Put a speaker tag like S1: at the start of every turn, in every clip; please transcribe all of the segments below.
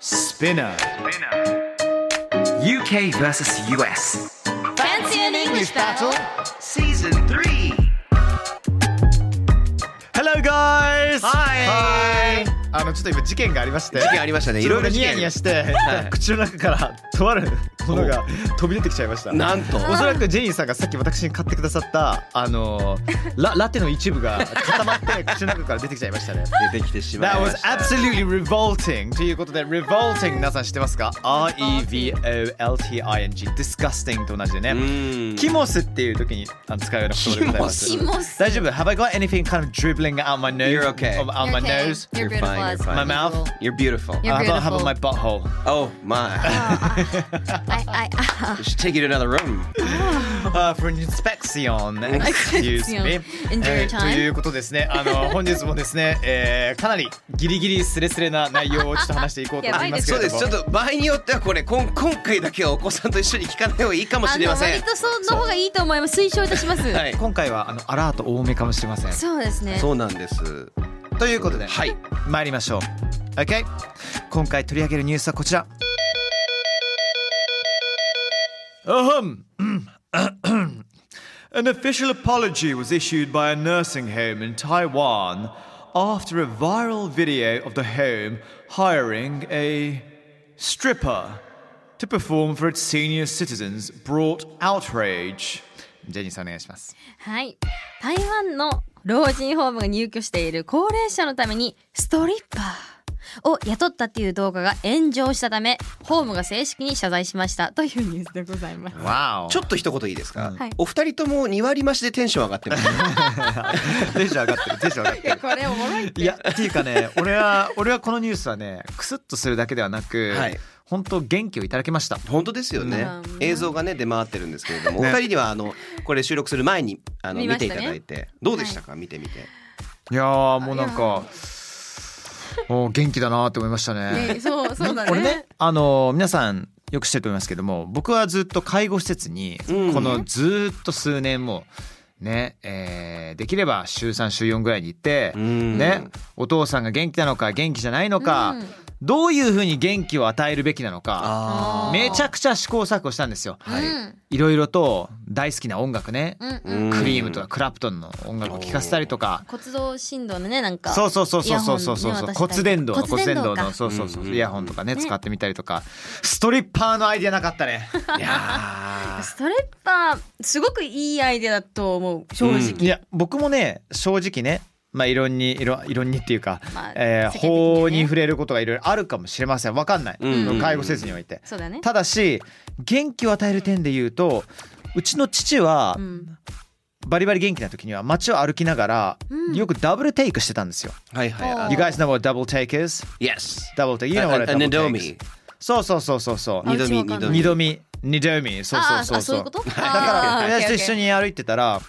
S1: Spinner.
S2: UK versus US.
S3: Fancy an English battle?
S2: Season 3.
S1: Hello, guys!
S4: はい
S1: あの、ちょっと今事件がありまして。
S4: 事件ありましたね。い
S1: いろ
S4: ろ
S1: いろ
S4: いろ
S1: ニ
S4: 事
S1: ヤニヤ
S4: 件。
S1: して、
S4: い
S1: 口の中からとあるものが飛び出てきちゃいました。
S4: なんと。
S1: おそらくジェニーさんがさっき私に買ってくださったあのーララテの一部が固まって口の中から出てきちゃいましたね。
S4: 出てきてしま
S1: That
S4: いま
S1: was
S4: した。
S1: absolutely revolting ということで revolting 皆さん知ってますか ?R-E-V-O-L-T-I-N-G disgusting と同じでね。
S4: うん
S1: キモスっていう時にあの使うような言葉でございます。
S3: キモス
S1: 大丈夫 ?Have I got anything kind of dribbling out my nose?
S4: You're okay.
S1: Of- Out my
S3: You're okay.
S1: nose?
S3: You're
S4: You're fine,
S3: beautiful. as
S4: you're fine.
S1: My mouth?
S3: usual.
S4: You're beautiful.
S3: You're
S1: I don't have
S3: beautiful.
S1: on my butthole.
S4: Oh my.
S3: I, I,
S4: You should take it to another room.
S1: Uh, for inspection. Excuse me.
S3: Enjoy your
S1: えー
S3: time.
S1: ということですね。あの本日もですね、えー、かなりギリギリスレスレな内容をちょっと話していこうと思いますけ
S4: そ う
S1: れ
S4: で
S1: ど
S4: す。
S1: も。
S4: ちょっと場合によってはこれこん今回だけはお子さんと一緒に聞かない方がいいかもしれませ
S3: 割
S4: ん。
S3: とその方がいいと思います。推奨いたします。
S4: はい。
S1: 今回はあのアラート多めかもしれません。
S3: そうですね。
S4: そうなんです。
S1: ということで、
S4: はい。
S1: 参りましょう。OK。今回取り上げるニュースはこちら。Ahem. An official apology was issued by a nursing home in Taiwan after a viral video of the home hiring a stripper to perform for its senior citizens brought outrage. ジェニーさんお願いします。
S3: はい。台湾の老人ホームが入居している高齢者のためにストリッパーを雇ったっていう動画が炎上したため、ホームが正式に謝罪しましたというニュースでございます。
S1: わお
S4: ちょっと一言いいですか
S3: はい。
S4: お二人とも2割増しでテンション上がってます。
S1: テンション上がってる、テンション上がってる
S3: い。やこれおもろいって。
S1: いやっていうか ね俺は俺はこのニュースはねクスッとするだけではなく、
S4: はい
S1: 本当元気をいただきました
S4: 本当ですよね、
S3: うん
S4: 映像がね出回ってるんですけれども、
S1: ね
S4: お二人にはあのこれ収録する前にあの
S3: 見
S4: 見,、
S3: まし
S4: て
S3: たね
S4: いただいてどうでしたか、見てみて
S1: いやーもうなんかお元気だなって思いましたね
S3: ね、そうそうだね。
S1: 俺ねあのー皆さんよく知ってると思いますけども僕はずっと介護施設に、
S4: うん
S1: このずーっと数年もね、えーできれば週3週4ぐらいに行って、
S4: うん
S1: ねお父さんが元気なのか元気じゃないのか、
S3: うん
S1: どういうふうに元気を与えるべきなのか
S3: あー
S1: めちゃくちゃ試行錯誤したんですよ。
S4: はい、
S1: いろいろと大好きな音楽ね、
S3: うんうん。
S4: うん
S1: クリームとかクラプトンの音楽を聴かせたりとか。
S3: 骨動振動のねなんか
S1: そうそうそうそうそうそうそう
S3: イヤホンね私たち
S1: 骨伝導の
S3: 骨
S1: 骨
S3: 伝
S1: 伝
S3: 導
S1: 導
S3: か
S1: のそうそうそう
S4: うんうんうん
S1: イヤホンとかね使ってみたりとかストリッパーのアイディアなかった ね
S4: いや
S3: ストレッパーすごくいいアイデアだと思う正直、
S4: うん
S1: いや僕もね正直ねまあいろんにいろいろんにっていうか、
S3: まあ
S1: えー
S3: 世間的にね
S1: 法に触れることがいろいろあるかもしれませんわかんない、
S4: うんうんうん
S1: 介護施設において
S3: そうだね
S1: ただし元気を与える点で言うとうちの父は、
S3: うん
S1: バリバリ元気な時には街を歩きながら、
S3: うん
S1: よくダブルテイクしてたんですよ。
S4: ーはいはいあ
S3: おー
S1: You guys know what double take is?
S4: Yes
S1: double take. You know what a
S4: An- an
S1: double
S4: adomi.
S1: take is. そうそうそうそうそう。
S3: あ
S4: 二度見
S3: うちわかんない
S4: 二
S1: 二
S4: 度
S1: 度
S4: 見
S1: 見、二度見。そうそうそう
S3: あーあそういうことだ
S1: だから親父と一緒に歩いてたら、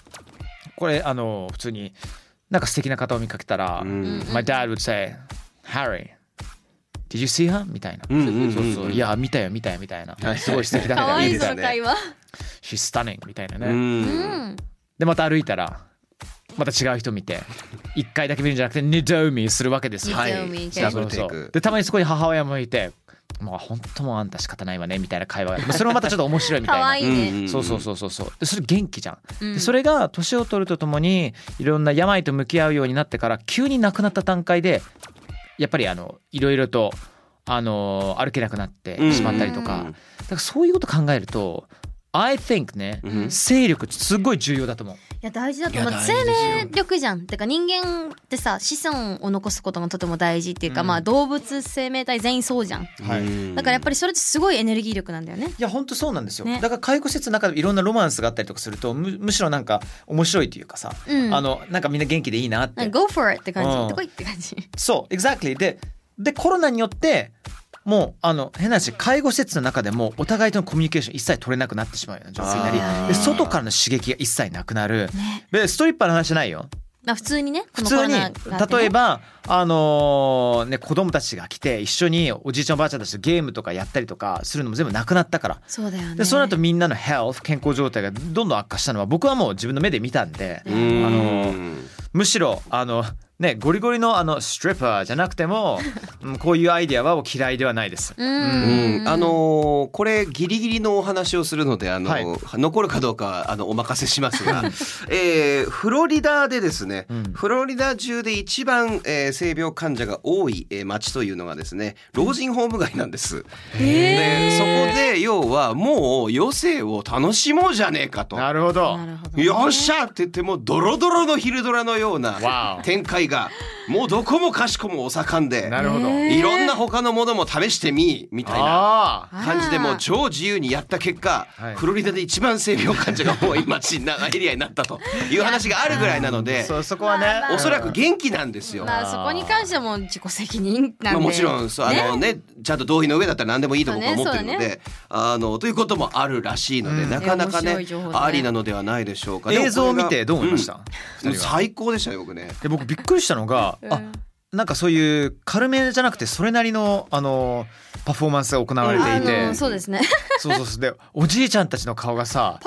S1: これあの普通になんか素敵な方を見かけたら、
S4: うん、
S1: My dad would say, Harry, did you see her? みたいな。
S4: うんうんうん
S1: そうそう。いや見たよ見たよみたいな。すごい素敵だみ
S3: かわ
S1: たい
S3: いい
S1: な。
S3: その会話
S1: She's stunning みたいなね。
S4: うん
S3: うん
S1: でまた歩いたらまた違う人見て一回だけ見るんじゃなくて二度見するわけですよ。
S4: はい
S3: 二度見
S1: そう
S4: ダ
S1: そう
S4: ブルテイ
S1: そう
S4: ク
S1: でたまにそこに母親もいて「まあ本当もうあんた仕方ないわね」みたいな会話がそれもまたちょっと面白いみたい
S3: か
S1: な。
S3: わいいね、
S1: そうそうそうそうそうでそれ元気じゃん、
S3: うん
S1: でそれが年を取るとともにいろんな病と向き合うようになってから急に亡くなった段階でやっぱりあのいろいろと、あの歩けなくなってしまったりとか、
S4: うん
S1: だからそういうこと考えると I think ね、
S4: うん
S1: 勢力ってすごい重要だと思う。
S3: いや大事だと思う
S4: いや大事
S3: 生
S4: ですよ
S3: 命力じゃんてか人間ってさ子孫を残すことがとても大事っていうか、
S1: うん
S3: まあ動物生命体全員そうじゃん
S1: はい
S4: うん
S3: だからやっぱりそれってすごいエネルギー力なんだよね
S1: いや本当そうなんですよ、
S3: ね
S1: だから介護施設の中でいろんなロマンスがあったりとかするとむむしろなんか面白いというかさ、
S3: うん
S1: あのなんかみんな元気でいいなって、
S3: なんか Go for it って感じ
S1: う ん
S3: 行ってこいって感じ
S1: そう exactly ででコロナによってもうあの変な話介護施設の中でもお互いとのコミュニケーション一切取れなくなってしまうような状況になりで外からの刺激が一切なくなる、でストリッパーの話じゃないよ
S3: まあ普通にねこ
S1: 普
S3: のコロ
S1: 通に
S3: ナがあってね
S1: 例えばあのーね子供たちが来て一緒におじいちゃんおばあちゃんたちとゲームとかやったりとかするのも全部なくなったから
S3: そうだよね
S1: でその後みんなのヘルス健康状態がどんどん悪化したのは僕はもう自分の目で見たんで
S4: あの
S1: むしろあのねゴリゴリのあのストリッパーじゃなくても、うんこういうアイデアはもう嫌いではないです。
S3: う
S4: うん
S3: ん
S4: あのーこれギリギリのお話をするのであの、
S1: はい
S4: 残るかどうかはあのお任せしますが、 えーフロリダでですね、
S1: うん
S4: フロリダ中で一番、えー性病患者が多い、えー町というのがですね老人ホーム街なんです。でそこで要はもう余生を楽しもうじゃねえかと。
S1: なるほど
S3: なるほどね
S4: よっしゃって言ってもうドロドロの昼ドラのような展開がもうどこもかしこもお盛んで
S1: なるほど。
S4: いろんな他のものも試してみみたい
S1: あ
S4: な感じでもう超自由にやった結果、
S1: はい
S4: フロリダで一番性病患者が多い町なエリアになったという話があるぐらいなの
S1: あ
S4: で
S1: そうそこはね、
S4: おそらく元気なんですよ。
S3: まあそこに関してはもう自己責任な
S4: ま
S3: んで
S4: あ、もちろんそうあの、ねちゃんと同意の上だったら何でもいいと僕は思ってるので、
S3: そうね
S4: あのということもあるらしいので、
S1: うん
S4: なかなか
S3: 面
S4: ね
S3: 白い情報だね
S4: ありなのではないでしょうか
S1: 映像を見てどう思いまし、
S4: で
S1: た
S4: もこ、れがうん
S1: 二人は
S4: 最高でしたよ僕ね。
S1: で僕びっくりしたのが、あなんかそういう軽めじゃなくてそれなりのあのパフォーマンスが行われていて、
S3: あのそうですね
S1: そうそうそうでおじいちゃんたちの顔がさ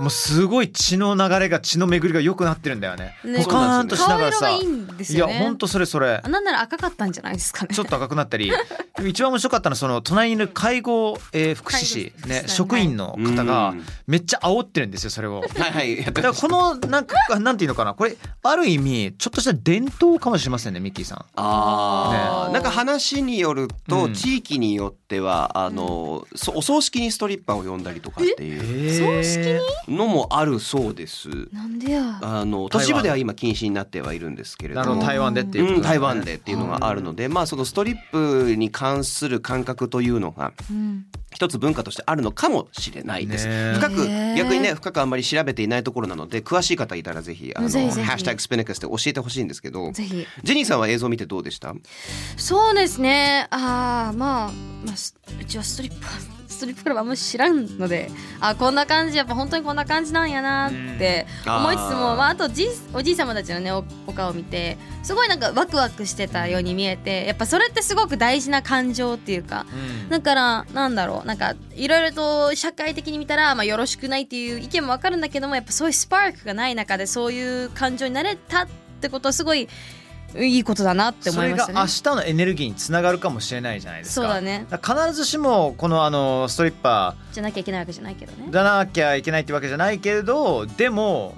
S1: もうすごい血の流れが血の巡りが良くなってるんだよね
S3: ね
S1: ポカーンとしな
S3: 顔
S1: がら
S3: 色
S1: さ
S3: がいいんですよね
S1: いやほんとそれそれ
S3: あなんなら赤かったんじゃないですかね
S1: ちょっと赤くなったりでも一番面白かったのはその隣にいる介護、えー福祉士
S3: 介護、
S1: ね
S3: 福祉士さん、
S1: 職員の方が
S4: うん
S1: めっちゃ煽ってるんですよそれを。
S4: はいはいやっ
S1: だ
S4: て
S1: か
S4: ま
S1: ら
S4: し
S1: こ
S4: た
S1: のなんかなんていうのかなこれある意味ちょっとした伝統かもしれませんねミッキーさん。
S4: あー
S3: ね
S4: なんか話によると、
S1: うん
S4: 地域によってはあの、そお葬式にストリッパーを呼んだりとかっていう
S1: 葬式に
S4: のもあるそうです。
S3: なんでや
S4: あの都
S1: 台湾
S4: 市部では今禁止になってはいるんですけれど
S1: なるほ
S4: も
S1: ど台湾でっていうこと
S4: うん、
S1: だね
S4: 台湾でっていうのがあるので、まあそのストリップに関する感覚というのが
S3: うん
S4: 一つ文化としてあるのかもしれないです。
S1: ねえ
S4: 深く
S3: ねえ
S4: 逆にね深くあんまり調べていないところなので詳しい方いたらぜひあの
S3: ぜひぜひ
S4: ハッシュタグスペネクスで教えてほしいんですけど、
S3: ぜひ
S4: ジェニーさんは映像見てどうでした？
S3: そうですねあーまあ、まあ、すうちはストリップストリップクラブあんまり知らんのであこんな感じやっぱ本当にこんな感じなんやなって
S4: うん
S3: 思いつつ
S4: あ
S3: も
S4: ー
S3: まあ、あとじいおじい様たちのねおお顔を見てすごいなんかワクワクしてたように見えてやっぱそれってすごく大事な感情っていうかだからなんだろうなんかいろいろと社会的に見たら、まあ、よろしくないっていう意見もわかるんだけどもやっぱそういうスパークがない中でそういう感情になれたってことはすごいいいことだなって
S1: そ
S3: 思い
S1: れ
S3: ま
S1: が
S3: した
S1: 明
S3: ね。
S1: 日のエネルギーにつながるかもしれないじゃないですか。
S3: そうだね
S1: だから必ずしもこのあのストリッパ
S3: じゃなきゃいけないわけじゃないけど
S1: ー
S3: ね。
S1: じゃなきゃいけないってわけじゃないけれどでも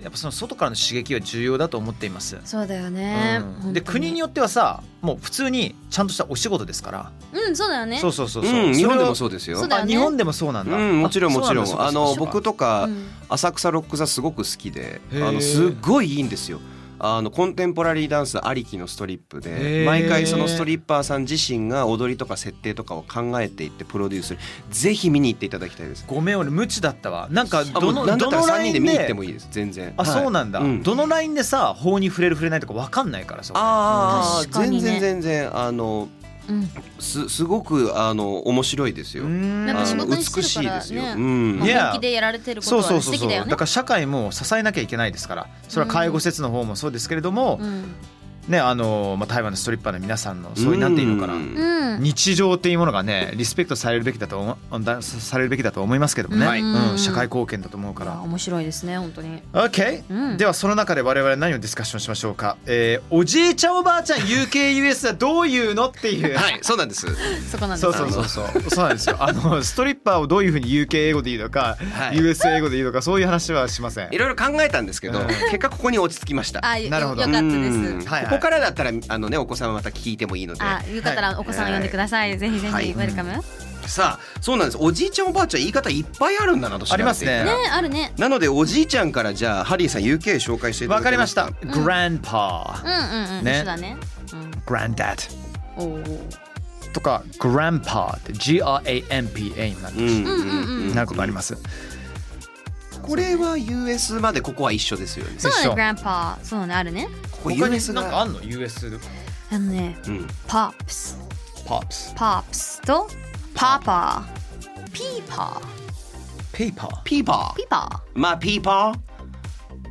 S1: やっぱその外からの刺激は重要だと思っています。
S3: そうだよね。本当
S1: うん、で国に
S3: よ
S1: よってはさもう普通にちゃんとしたお仕事ですから、
S3: うんそうだよね。
S1: そうそうそう
S4: う、
S1: そうん
S4: 日本でも
S1: そ
S4: そうですよ
S3: そ
S1: れ
S3: うだ
S1: を
S3: よ
S1: あ
S3: ね
S1: 日本でもそうなんだ、
S4: うん、もちろんもちろ
S1: そうんな
S4: あ
S1: だそ
S4: の
S1: うか
S4: 僕と
S3: う
S4: か
S3: ん
S4: 浅草ロック座すごく好きで
S1: へー
S4: あのすっごいいいんですよあのコンテンポラリーダンスありきのストリップ
S1: へ
S4: で
S1: ー
S4: 毎回そのストリッパーさん自身が踊りとか設定とかを考えていってプロデュースするぜひ見に行っていただきたいです
S1: ごめん俺無知だったわなんか
S4: あ
S1: ど
S4: もう
S1: の
S4: なん
S1: ど
S4: だったら
S1: のラ
S4: 3
S1: イ
S4: 人
S1: ンで
S4: で見に行ってもいいです全然
S1: あそうなんだ、
S4: はいうん
S1: どのラインでさ法に触れる触れないとかわかんないからさ
S4: ああ
S3: 確かにね
S4: 全然全然あの
S3: うん。
S4: すすごくあの面白いですよ
S3: なんか
S4: あ
S3: 仕
S4: の
S3: 事にして
S4: 美
S3: る
S4: し
S3: か
S4: い
S3: ら
S4: ですよ
S3: ね
S4: うん
S3: まあ
S1: Yeah
S3: 本気でやられてること
S1: そう
S3: は
S1: そう
S3: 素
S1: そう
S3: 敵
S1: そう
S3: だ
S1: だ
S3: よね
S1: か。ら社会も支えなきゃいけないですからそれは介護施設の方もそうですけれども、
S3: うん。
S1: ねあの、まあ、台湾のストリッパーの皆さんのそうになっているのかな、
S4: うん
S3: うん。
S1: 日常っていうものがねリスペクトされるべきだと思だされるべきだと思いますけどもね、
S3: はい
S1: うん、社会貢献だと思うか
S3: あ
S1: ら。
S3: 面白いですね本当に。
S1: OK、
S3: うん
S1: ではその中で我々何をディスカッションしましょうか、えーおじいちゃんおばあちゃん UKUS はどういうのっていう、
S4: はいそうなんです
S3: そこなんです
S1: そ
S3: よ
S1: うそうそうそうそうなんですよあのストリッパーをどういうふうに UK 英語で言うのか、
S4: はい
S1: US 英語で言うのかそういう話はしません
S4: いろいろ考えたんですけど
S1: うん
S4: 結果ここに落ち着きました
S3: あよ
S1: なるほど
S3: よかったで
S4: うん
S3: す。
S1: はいはい
S4: ここからだったらあのねお子さんはまた聞いてもいいので。
S3: あよかったらお子さんを呼んでください。ぜひぜひウ
S4: はい
S3: ェルカム。ね
S4: さあそうなんですおじいちゃんおばあちゃん言い方いっぱいあるんだなと調べて
S1: ありますね
S3: あるね。
S4: なのでおじいちゃんからじゃあハリーさん UK 紹介していただ
S1: わ
S4: け
S1: かりま
S4: ま
S1: し
S4: す
S1: た、グランパ
S3: うんうんうん。
S1: ね
S3: 一緒だね。
S1: ーグランダッ
S3: うん。おー
S1: ドとかグランパーって GRANPA になる,、
S4: うんうんうん
S1: なることあります
S4: これは US までここは一緒ですよね
S3: そうだ
S1: 一
S3: ね
S1: 緒
S3: グランパー。そうだねあるね。
S4: ここ
S1: 他に
S4: US
S1: なんかあ
S4: が
S1: んの US
S3: あのね
S4: うん
S3: パープス。
S1: Pops
S3: パープスとパーパーピーパ
S1: Paper
S4: ピーパ
S3: ーピーパ
S4: ーまあピーパ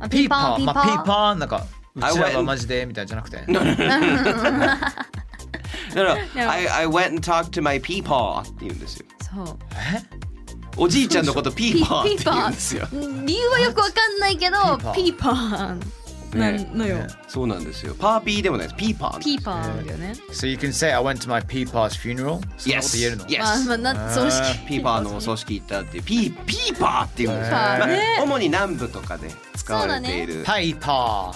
S4: ー
S3: ーあ
S1: ピーパーまあピー
S3: ー
S1: パーなんかうちらがマジでみたいじゃなくて
S4: だから I, I went and talked to my ピーパーって言うんですよ
S3: そう
S1: え
S4: おじいちゃんのことピーパー
S3: ピ
S4: って
S3: ーパ
S4: 言うんですよ
S3: ー理由はよくわかんないけど
S1: ピ
S3: ピーパーな
S4: ね
S3: のよ
S1: ね
S4: そうなんですよパーピーでもないですピーパーなんです
S3: ピーパーだよね
S1: So you can say I went to my Peepa's funeral そんなこと言えるの
S4: Yes Yes
S3: まあまあな葬式
S4: ピーパーの葬式行ったっていうピーピーパーっていうんです
S1: ピー
S4: よ、
S1: パー
S4: まあ
S3: ね
S4: 主に南部とかで使われている、
S1: パイパ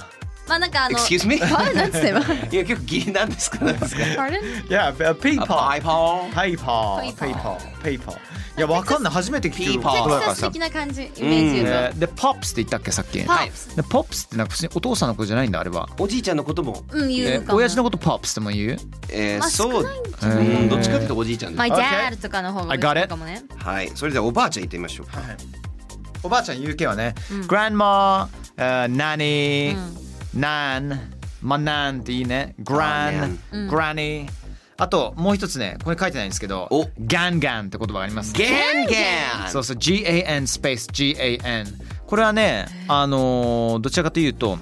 S3: まあなんかあの
S4: Excuse me?
S3: あれなんつってば
S4: いや結構ギリなんですかなんですか
S3: Pardon?
S1: ーいやピー
S4: あ
S1: パ
S4: パ
S1: ー
S4: イパー
S1: パイパーパイパーパイパーいやわかんない初めて聞く
S4: ピーパー
S1: 言葉だか
S3: テキ
S1: ら
S3: サス
S1: さ
S3: 的な感じイメージ言うと、
S1: で、ポップスって言ったっけさっき。
S3: パープス、
S1: で、ポップスってなんか普通にお父さんの子じゃないんだあれは。
S4: おじいちゃんのことも、
S3: うん言う
S1: え
S3: かも
S1: 親父のことポップスとも言う。
S4: えー
S3: まあ
S4: そう
S3: 少ないんじ
S4: うんどっちかっていうとおじいちゃんです、
S3: My
S1: Okay.
S3: dad とかの方が
S1: I got it.
S3: いいかもね
S4: はいそれではおばあちゃん行ってみましょうか、
S1: おばあちゃん UK はね、grandma、uh, nanny、nan、まあ nan っていいね、gran、granny。あともう一つね、これ書いてないんですけど
S4: お、
S1: ガンガンって言葉があります。
S4: ゲンゲン
S1: そうそう、GAN スペース GAN。これはね、あのーどちらかというと、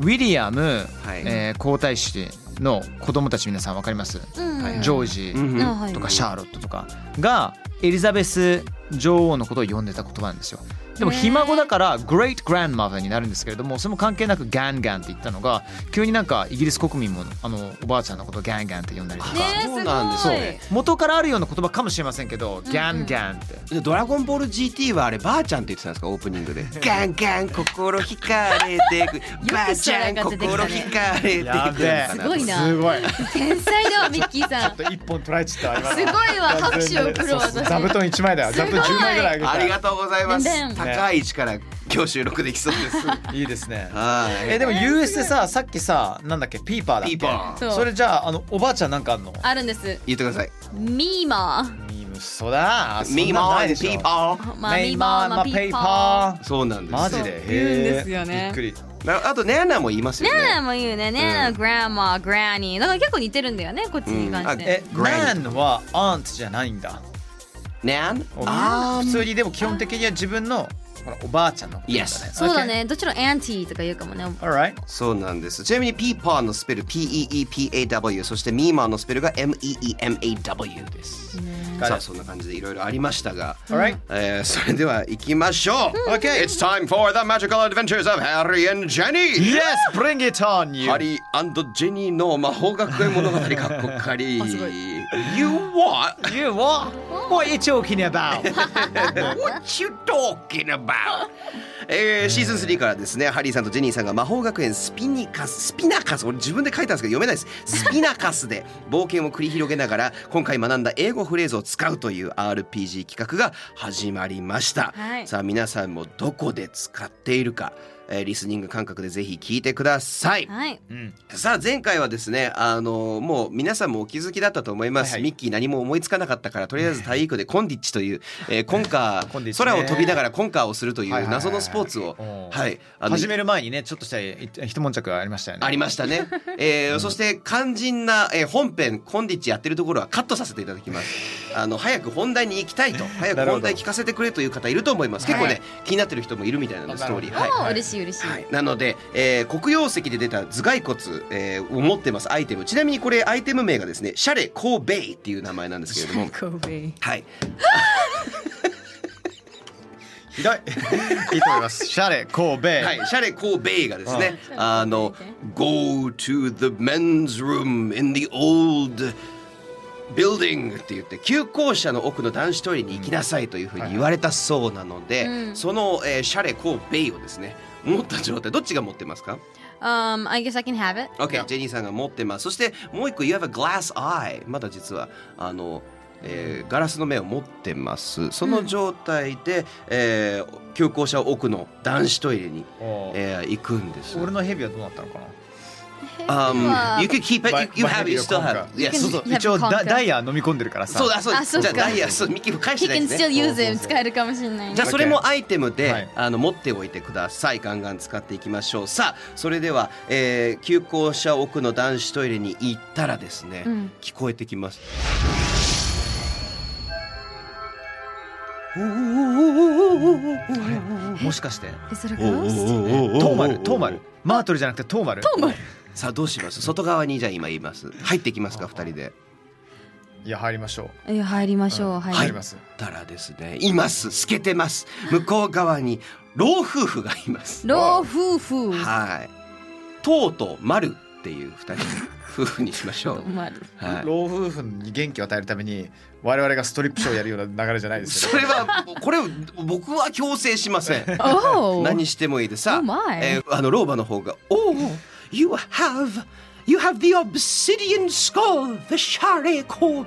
S1: ウィリアム、
S4: はい
S1: えー皇太子の子供たち皆さんわかります、
S3: うん
S1: ジョージ、
S4: うん
S3: あはい
S1: とかシャーロットとかがエリザベス女王のことを呼んでた言葉なんですよでも
S3: へー
S1: ひ孫だから Great Grandmother になるんですけれどもそれも関係なくガンガンって言ったのが急になんかイギリス国民もあのおばあちゃんのことをガンガンって呼んだりとか、
S3: ねえす
S4: そ
S3: ご
S4: う
S3: い
S4: なんですね
S1: 元からあるような言葉かもしれませんけど、ガンガンって
S4: でドラゴンボール GT はあればあちゃんって言ってたんですかオープニングでガンガン心惹かれてくばあちゃん心惹かれてく
S1: やべえ
S3: すごいな
S1: すごい
S3: 天才だわミッキー さんす
S1: 一本取られちゃった
S3: ごいわ拍手を送るわ私
S1: 座布団一枚だよ座布団
S3: すご
S1: 10
S3: い
S1: 枚ぐらいあげた
S4: ありがとうございます
S3: でんでん
S4: 高い位置から今日収録できそうです
S1: いいですね
S4: はい
S1: えでも US でささっきさなんだっけピーパーだっけ
S4: ピーパー
S3: そう
S1: それじゃああのおばあちゃんなんかあんの
S3: あるんです
S4: 言ってください
S3: ミーマー
S1: ミームそだそんな
S4: ミーモ
S1: ない
S4: ン
S1: でしょ
S4: ピーパー
S3: まあ
S1: メ
S3: ミ
S1: イ
S3: ー
S1: マ
S3: マ
S1: ーま
S3: ーま
S1: あ
S3: あ
S1: ペ
S3: ペ
S1: ー
S3: ー
S1: パ
S3: パ
S1: ー
S4: そうなんです
S1: マジでへ
S3: う言うん
S1: え
S3: ですよね
S1: びっくり
S4: なあとネアナも言いますよね
S3: ねえもう言うねねえ、グランマーグラニーだから結構似てるんだよねこっちに関して、
S1: え
S4: Grand
S1: ナンはアントじゃないんだ
S4: ネアンあ
S1: 普通にでも基本的には自分のほらおばあちゃんのことだね
S4: Yes
S3: そうだねどっちらアンティーとか言うかもね
S1: Okay Alright
S4: そうなんですちなみにピーパーのスペル PEEPAW そしてミーマーのスペルが MEEMAW ですさあそんな感じでいろいろありましたが
S1: Alright
S4: えー、それでは行きましょう Okay It's time for the magical adventures of Harry and Jenny
S1: Yes bring it on you
S4: ハリージェニーの魔法学園物語かっこかり You what?
S1: You what What you talking about
S4: What you talking about? えー、シーズン3からですねハリーさんとジェニーさんが魔法学園スピニカススピナカス俺自分で書いたんですけど読めないですスピナカスで冒険を繰り広げながら今回学んだ英語フレーズを使うという RPG 企画が始まりました、
S3: はい
S4: さあ皆さんもどこで使っているか、えーリスニング感覚でぜひ聞いてください、
S3: はい
S4: さあ前回はですねあのもう皆さんもお気づきだったと思います、
S1: はいはい
S4: ミッキー何も思いつかなかったからとりあえず体育でコンディッチという、えー、コンカー
S1: コンディッチね
S4: 空を飛びながらコンカーをするとい
S1: はいは
S4: う
S1: いはい
S4: 謎のスポーツを
S1: うん
S4: はいあの
S1: 始める前にねちょっとしたい一悶着がありましたよね
S4: ありましたね、えーそして肝心な、えー本編コンディッチやってるところはカットさせていただきますあの早く本題に行きたいと早く
S1: なるほ
S4: 本
S1: ど
S4: 題聞かせてくれという方いると思います結構ね、
S1: はい
S4: 気になってる人もいるみたいなんでストーリー
S1: なるほど
S3: も
S1: はい
S3: う Oh, 嬉しい嬉しい、
S4: はい、なので、えー黒曜石で出た頭蓋骨、えーを持ってますアイテムちなみにこれアイテム名がですねシャレコーベイっていう名前なんですけれどもはい
S1: ひどい いいと思いますシャレ神戸
S4: はい、シャレコーベイがですね、あの「Go to the men's room in the old building」って言って旧校舎の奥の男子トイレに行きなさいというふうに言われたそうなので、その、えーシャレコーベイをですね持った状態どっちが持ってますか
S3: Um, I guess I can have it
S4: OK、ジェニーさんが持ってます。そしてもう一個、You have a glass eye。まだ実は、あの、えーガラスの目を持ってます。その状態で、えー旧校舎奥の男子トイレに、
S1: おー
S4: えー行くんです。
S1: 俺のヘビはどうなったのかな
S4: Um, you could keep it. You, you have it. You still have. it.
S1: いや
S4: Yes.
S1: そうそう一応
S3: You have a
S1: ダ
S3: conquer.
S1: ダイヤ飲み込んでるからさ
S4: そうだそうだ
S3: あそっ
S4: じ
S3: か
S4: ゃあダイヤそうミキ返して
S3: He
S4: ないで
S3: can
S4: す
S3: still
S4: ね
S3: use it 使えるかもしれないね
S4: じゃあそれもアイテムで、
S1: はい
S4: あの持っておいてくださいガンガン使っていきましょうさあそれでは、えー急行車奥の男子トイレに行ったらですね、
S3: うん
S4: 聞こえてきます
S1: もしかして
S3: えそれがロース
S1: トーマルトーマルマートルじゃなくてトーマルトーマル
S4: さあどうします外側にじゃあ今います入ってきますか二人で
S1: いや入りましょう
S3: え入りましょう、はい、
S1: 入ります
S4: たらですねいます透けてます向こう側に老夫婦がいます
S3: 老夫婦
S4: はいとうとう丸っていう二人の夫婦にしましょう
S3: まる
S4: はい
S1: 老夫婦に元気を与えるために我々がストリップショーをやるような流れじゃないですよ
S4: それはこれ僕は強制しません
S3: おお
S4: 何してもいいですさ
S3: Oh my.
S4: えーあの老婆の方が「Oh you have you have the obsidian skull the shari kobe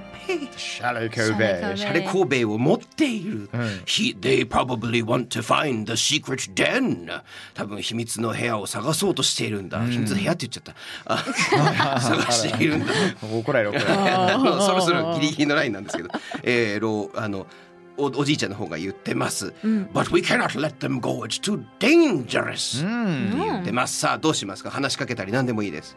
S1: シャレイコベ
S3: シ
S4: シャレ神戸を持っている、He, they probably want to find the secret den 多分秘密の部屋を探そうとしているんだ、秘密の部屋って言っちゃった あ探してい るんだ
S1: 怒られる怒られる
S4: あのそろそろギリギリのラインなんですけど、えー、老あのおおじいちゃんの方が言ってます。But we cannot let them go. It's too dangerous. って言ってます。さあどうしますか。話しかけたり何でもいいです。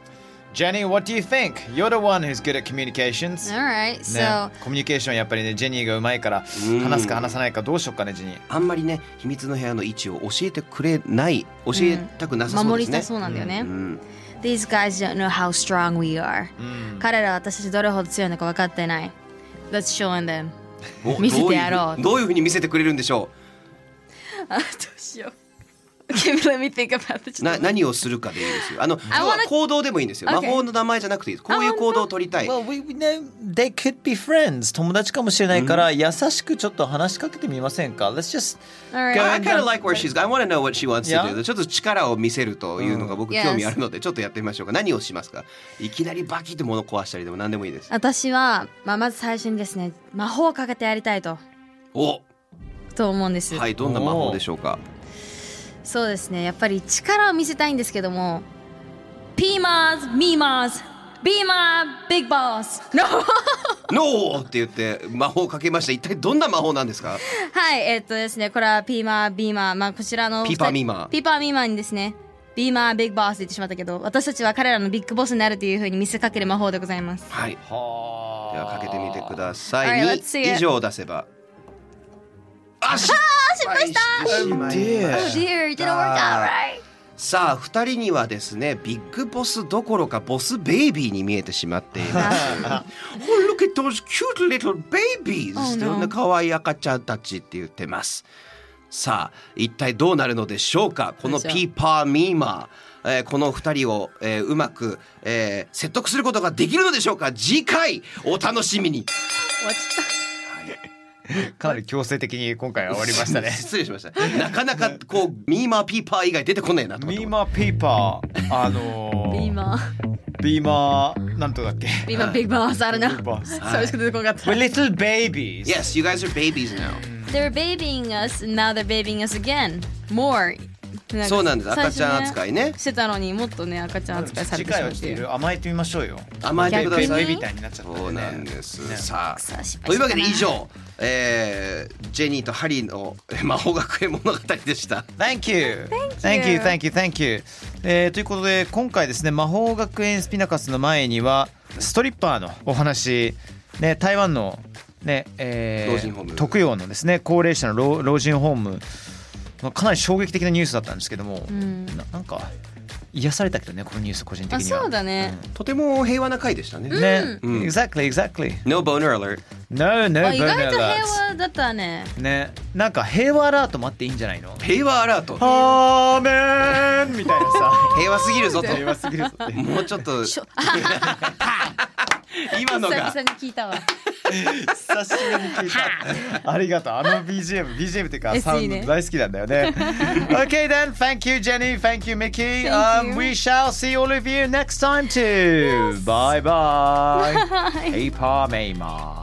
S1: Jenny what do you think you're the one who's good at communications
S3: Alright
S1: ね
S3: so、
S1: コミュニケーションやっぱりねジェニーがうまいから
S4: うん
S1: 話すか話さないかどうしようかねジェニー
S4: あんまりね秘密の部屋の位置を教えてくれない教えたくなさそうで
S3: 守り
S4: す
S3: た
S4: ね。
S3: そうなんだよ
S1: Mm,
S3: ね、
S4: うん、
S3: These guys don't know how strong we are、彼
S1: Mm.
S3: らは私たちどれほど強いのか分かってない Let's show them
S4: お
S3: 見せてやろ
S4: どういうふ
S3: う
S4: うどういうふうに見せてくれるんでしょ
S3: あどうしよう Okay let me think about it
S4: う。な何をするかでいいですよ。あの要は
S3: wanna-
S4: 行動でもいいんですよ。魔
S3: Okay
S4: 法の名前じゃなくていいです。こういう行動を取りたい。
S1: Well, we, we know they could be friends. 友達かもしれないから、優しくちょっと話しかけてみませんか ?Let's just
S3: Alright.
S1: go
S4: I
S1: and
S4: kind of like where she's. I want to know what she wants
S1: Yeah?
S4: to do. ちょっと力を見せるというのが僕
S3: うん
S4: 興味あるので、ちょっとやってみましょうか。何をしますか。いきなりバキッと物壊したりでも何でもいい です。
S3: 私は、まあ、まず最初にですね魔法をかけてやりたいと
S4: お、
S3: と思うんです、
S4: はい、どんな魔法でしょうか。
S3: そうですねやっぱり力を見せたいんですけどもピーマーズミーマーズビーマービッグボス の
S4: ノーって言って魔法をかけました。一体どんな魔法なんですか。
S3: はいえっとですねこれはピーマービーマーまあこちらのお二
S4: ピー
S3: 人
S4: パーミーマー
S3: ピーパーミーマーにですねビーマービッグボスって言ってしまったけど私たちは彼らのビッグボスになるというふうに見せかける魔法でございます
S4: はい。で
S1: は
S4: はかけてみてく
S1: い。
S4: ださい。
S3: Alright,
S4: に
S3: let's see it.
S4: 以上出せば。あ、失敗してしまいました。
S3: Oh dear it didn't work out right
S4: さあ2人にはですねビッグボスどころかボスベイビーに見えてしまっています Oh look at those cute little babies そんな可愛い赤ちゃんたちって言ってますさあ一体どうなるのでしょうかこのピーパーミーマー、えーこの2人を、えーうまく、えー説得することができるのでしょうか次回お楽しみに
S3: 終わっちゃっ
S1: かなり強制的に今回は終わりま したね。
S4: 失礼しましたなかなかこうミーマーピーパー以外出てこないなと思っ
S1: ミー
S4: て
S1: マーピーパー、あの
S3: たビー
S1: ー、
S3: マー
S1: ビーマー、なんとだっけ
S3: ビーマービッグボスあるな
S1: ボス
S3: そうしか出てこなかった
S1: We're little babies.
S4: Yes, you guys are babies now
S3: They're babying us, and now they're babying us again. More.
S4: そうなんです赤ちゃん扱
S3: い。
S4: いね
S3: してたのにもっとね赤ちゃん扱いされ
S1: 次
S3: てし
S1: 回
S3: ま
S1: はちょ
S3: っ
S1: ってとい
S3: いる。
S1: ろいろ甘えてみましょうよ。
S4: 甘えてくだ
S1: ベイ
S4: さい
S3: 逆
S1: ビー
S3: に
S1: みたいになっちゃった
S4: そうなんです、さ
S3: さあ失敗し
S4: あ
S3: たな
S4: というわけで以上、えージェニーとハリーのえー魔法学園物語でした
S1: Thank you. Thank you. Thank you. Thank you. えーということで今回ですね魔法学園スピナカスの前にはストリッパーのお話、ね、台湾の、ねえー
S4: 老人ホーム
S1: 特養のですね高齢者の老老人ホームまあかなり衝撃的なニュースだったんですけども、
S3: ん
S1: ななんか癒されたけどねこのニュース個人的
S3: あ
S1: には。
S3: そうだね。
S4: とても平和な回でしたね、
S1: ね、
S4: うん
S1: exactly exactly
S4: No boner alert
S1: no no
S3: あ意外
S1: burn
S3: と平
S1: alerts
S3: 和だったね。
S1: ねなんか平和アラートもあっていいんじゃないの
S4: 平和アラート
S1: アーメンみたいなさ
S4: 平和すぎるぞと
S1: 平和すぎる ぞっていう
S4: もうちょっ と今の
S3: 久
S4: が
S3: 々に聞いたわ。
S1: 久しぶりに聞いた。ありがとう。あの BGM、BGM っていうか
S3: SE
S1: サウン
S3: ね
S1: ド大好きなんだよ ね。okay then, thank you Jenny, thank you Mickey. Um,
S3: you.
S1: we shall see all of you next time too. Bye bye. Hey pa, may ma.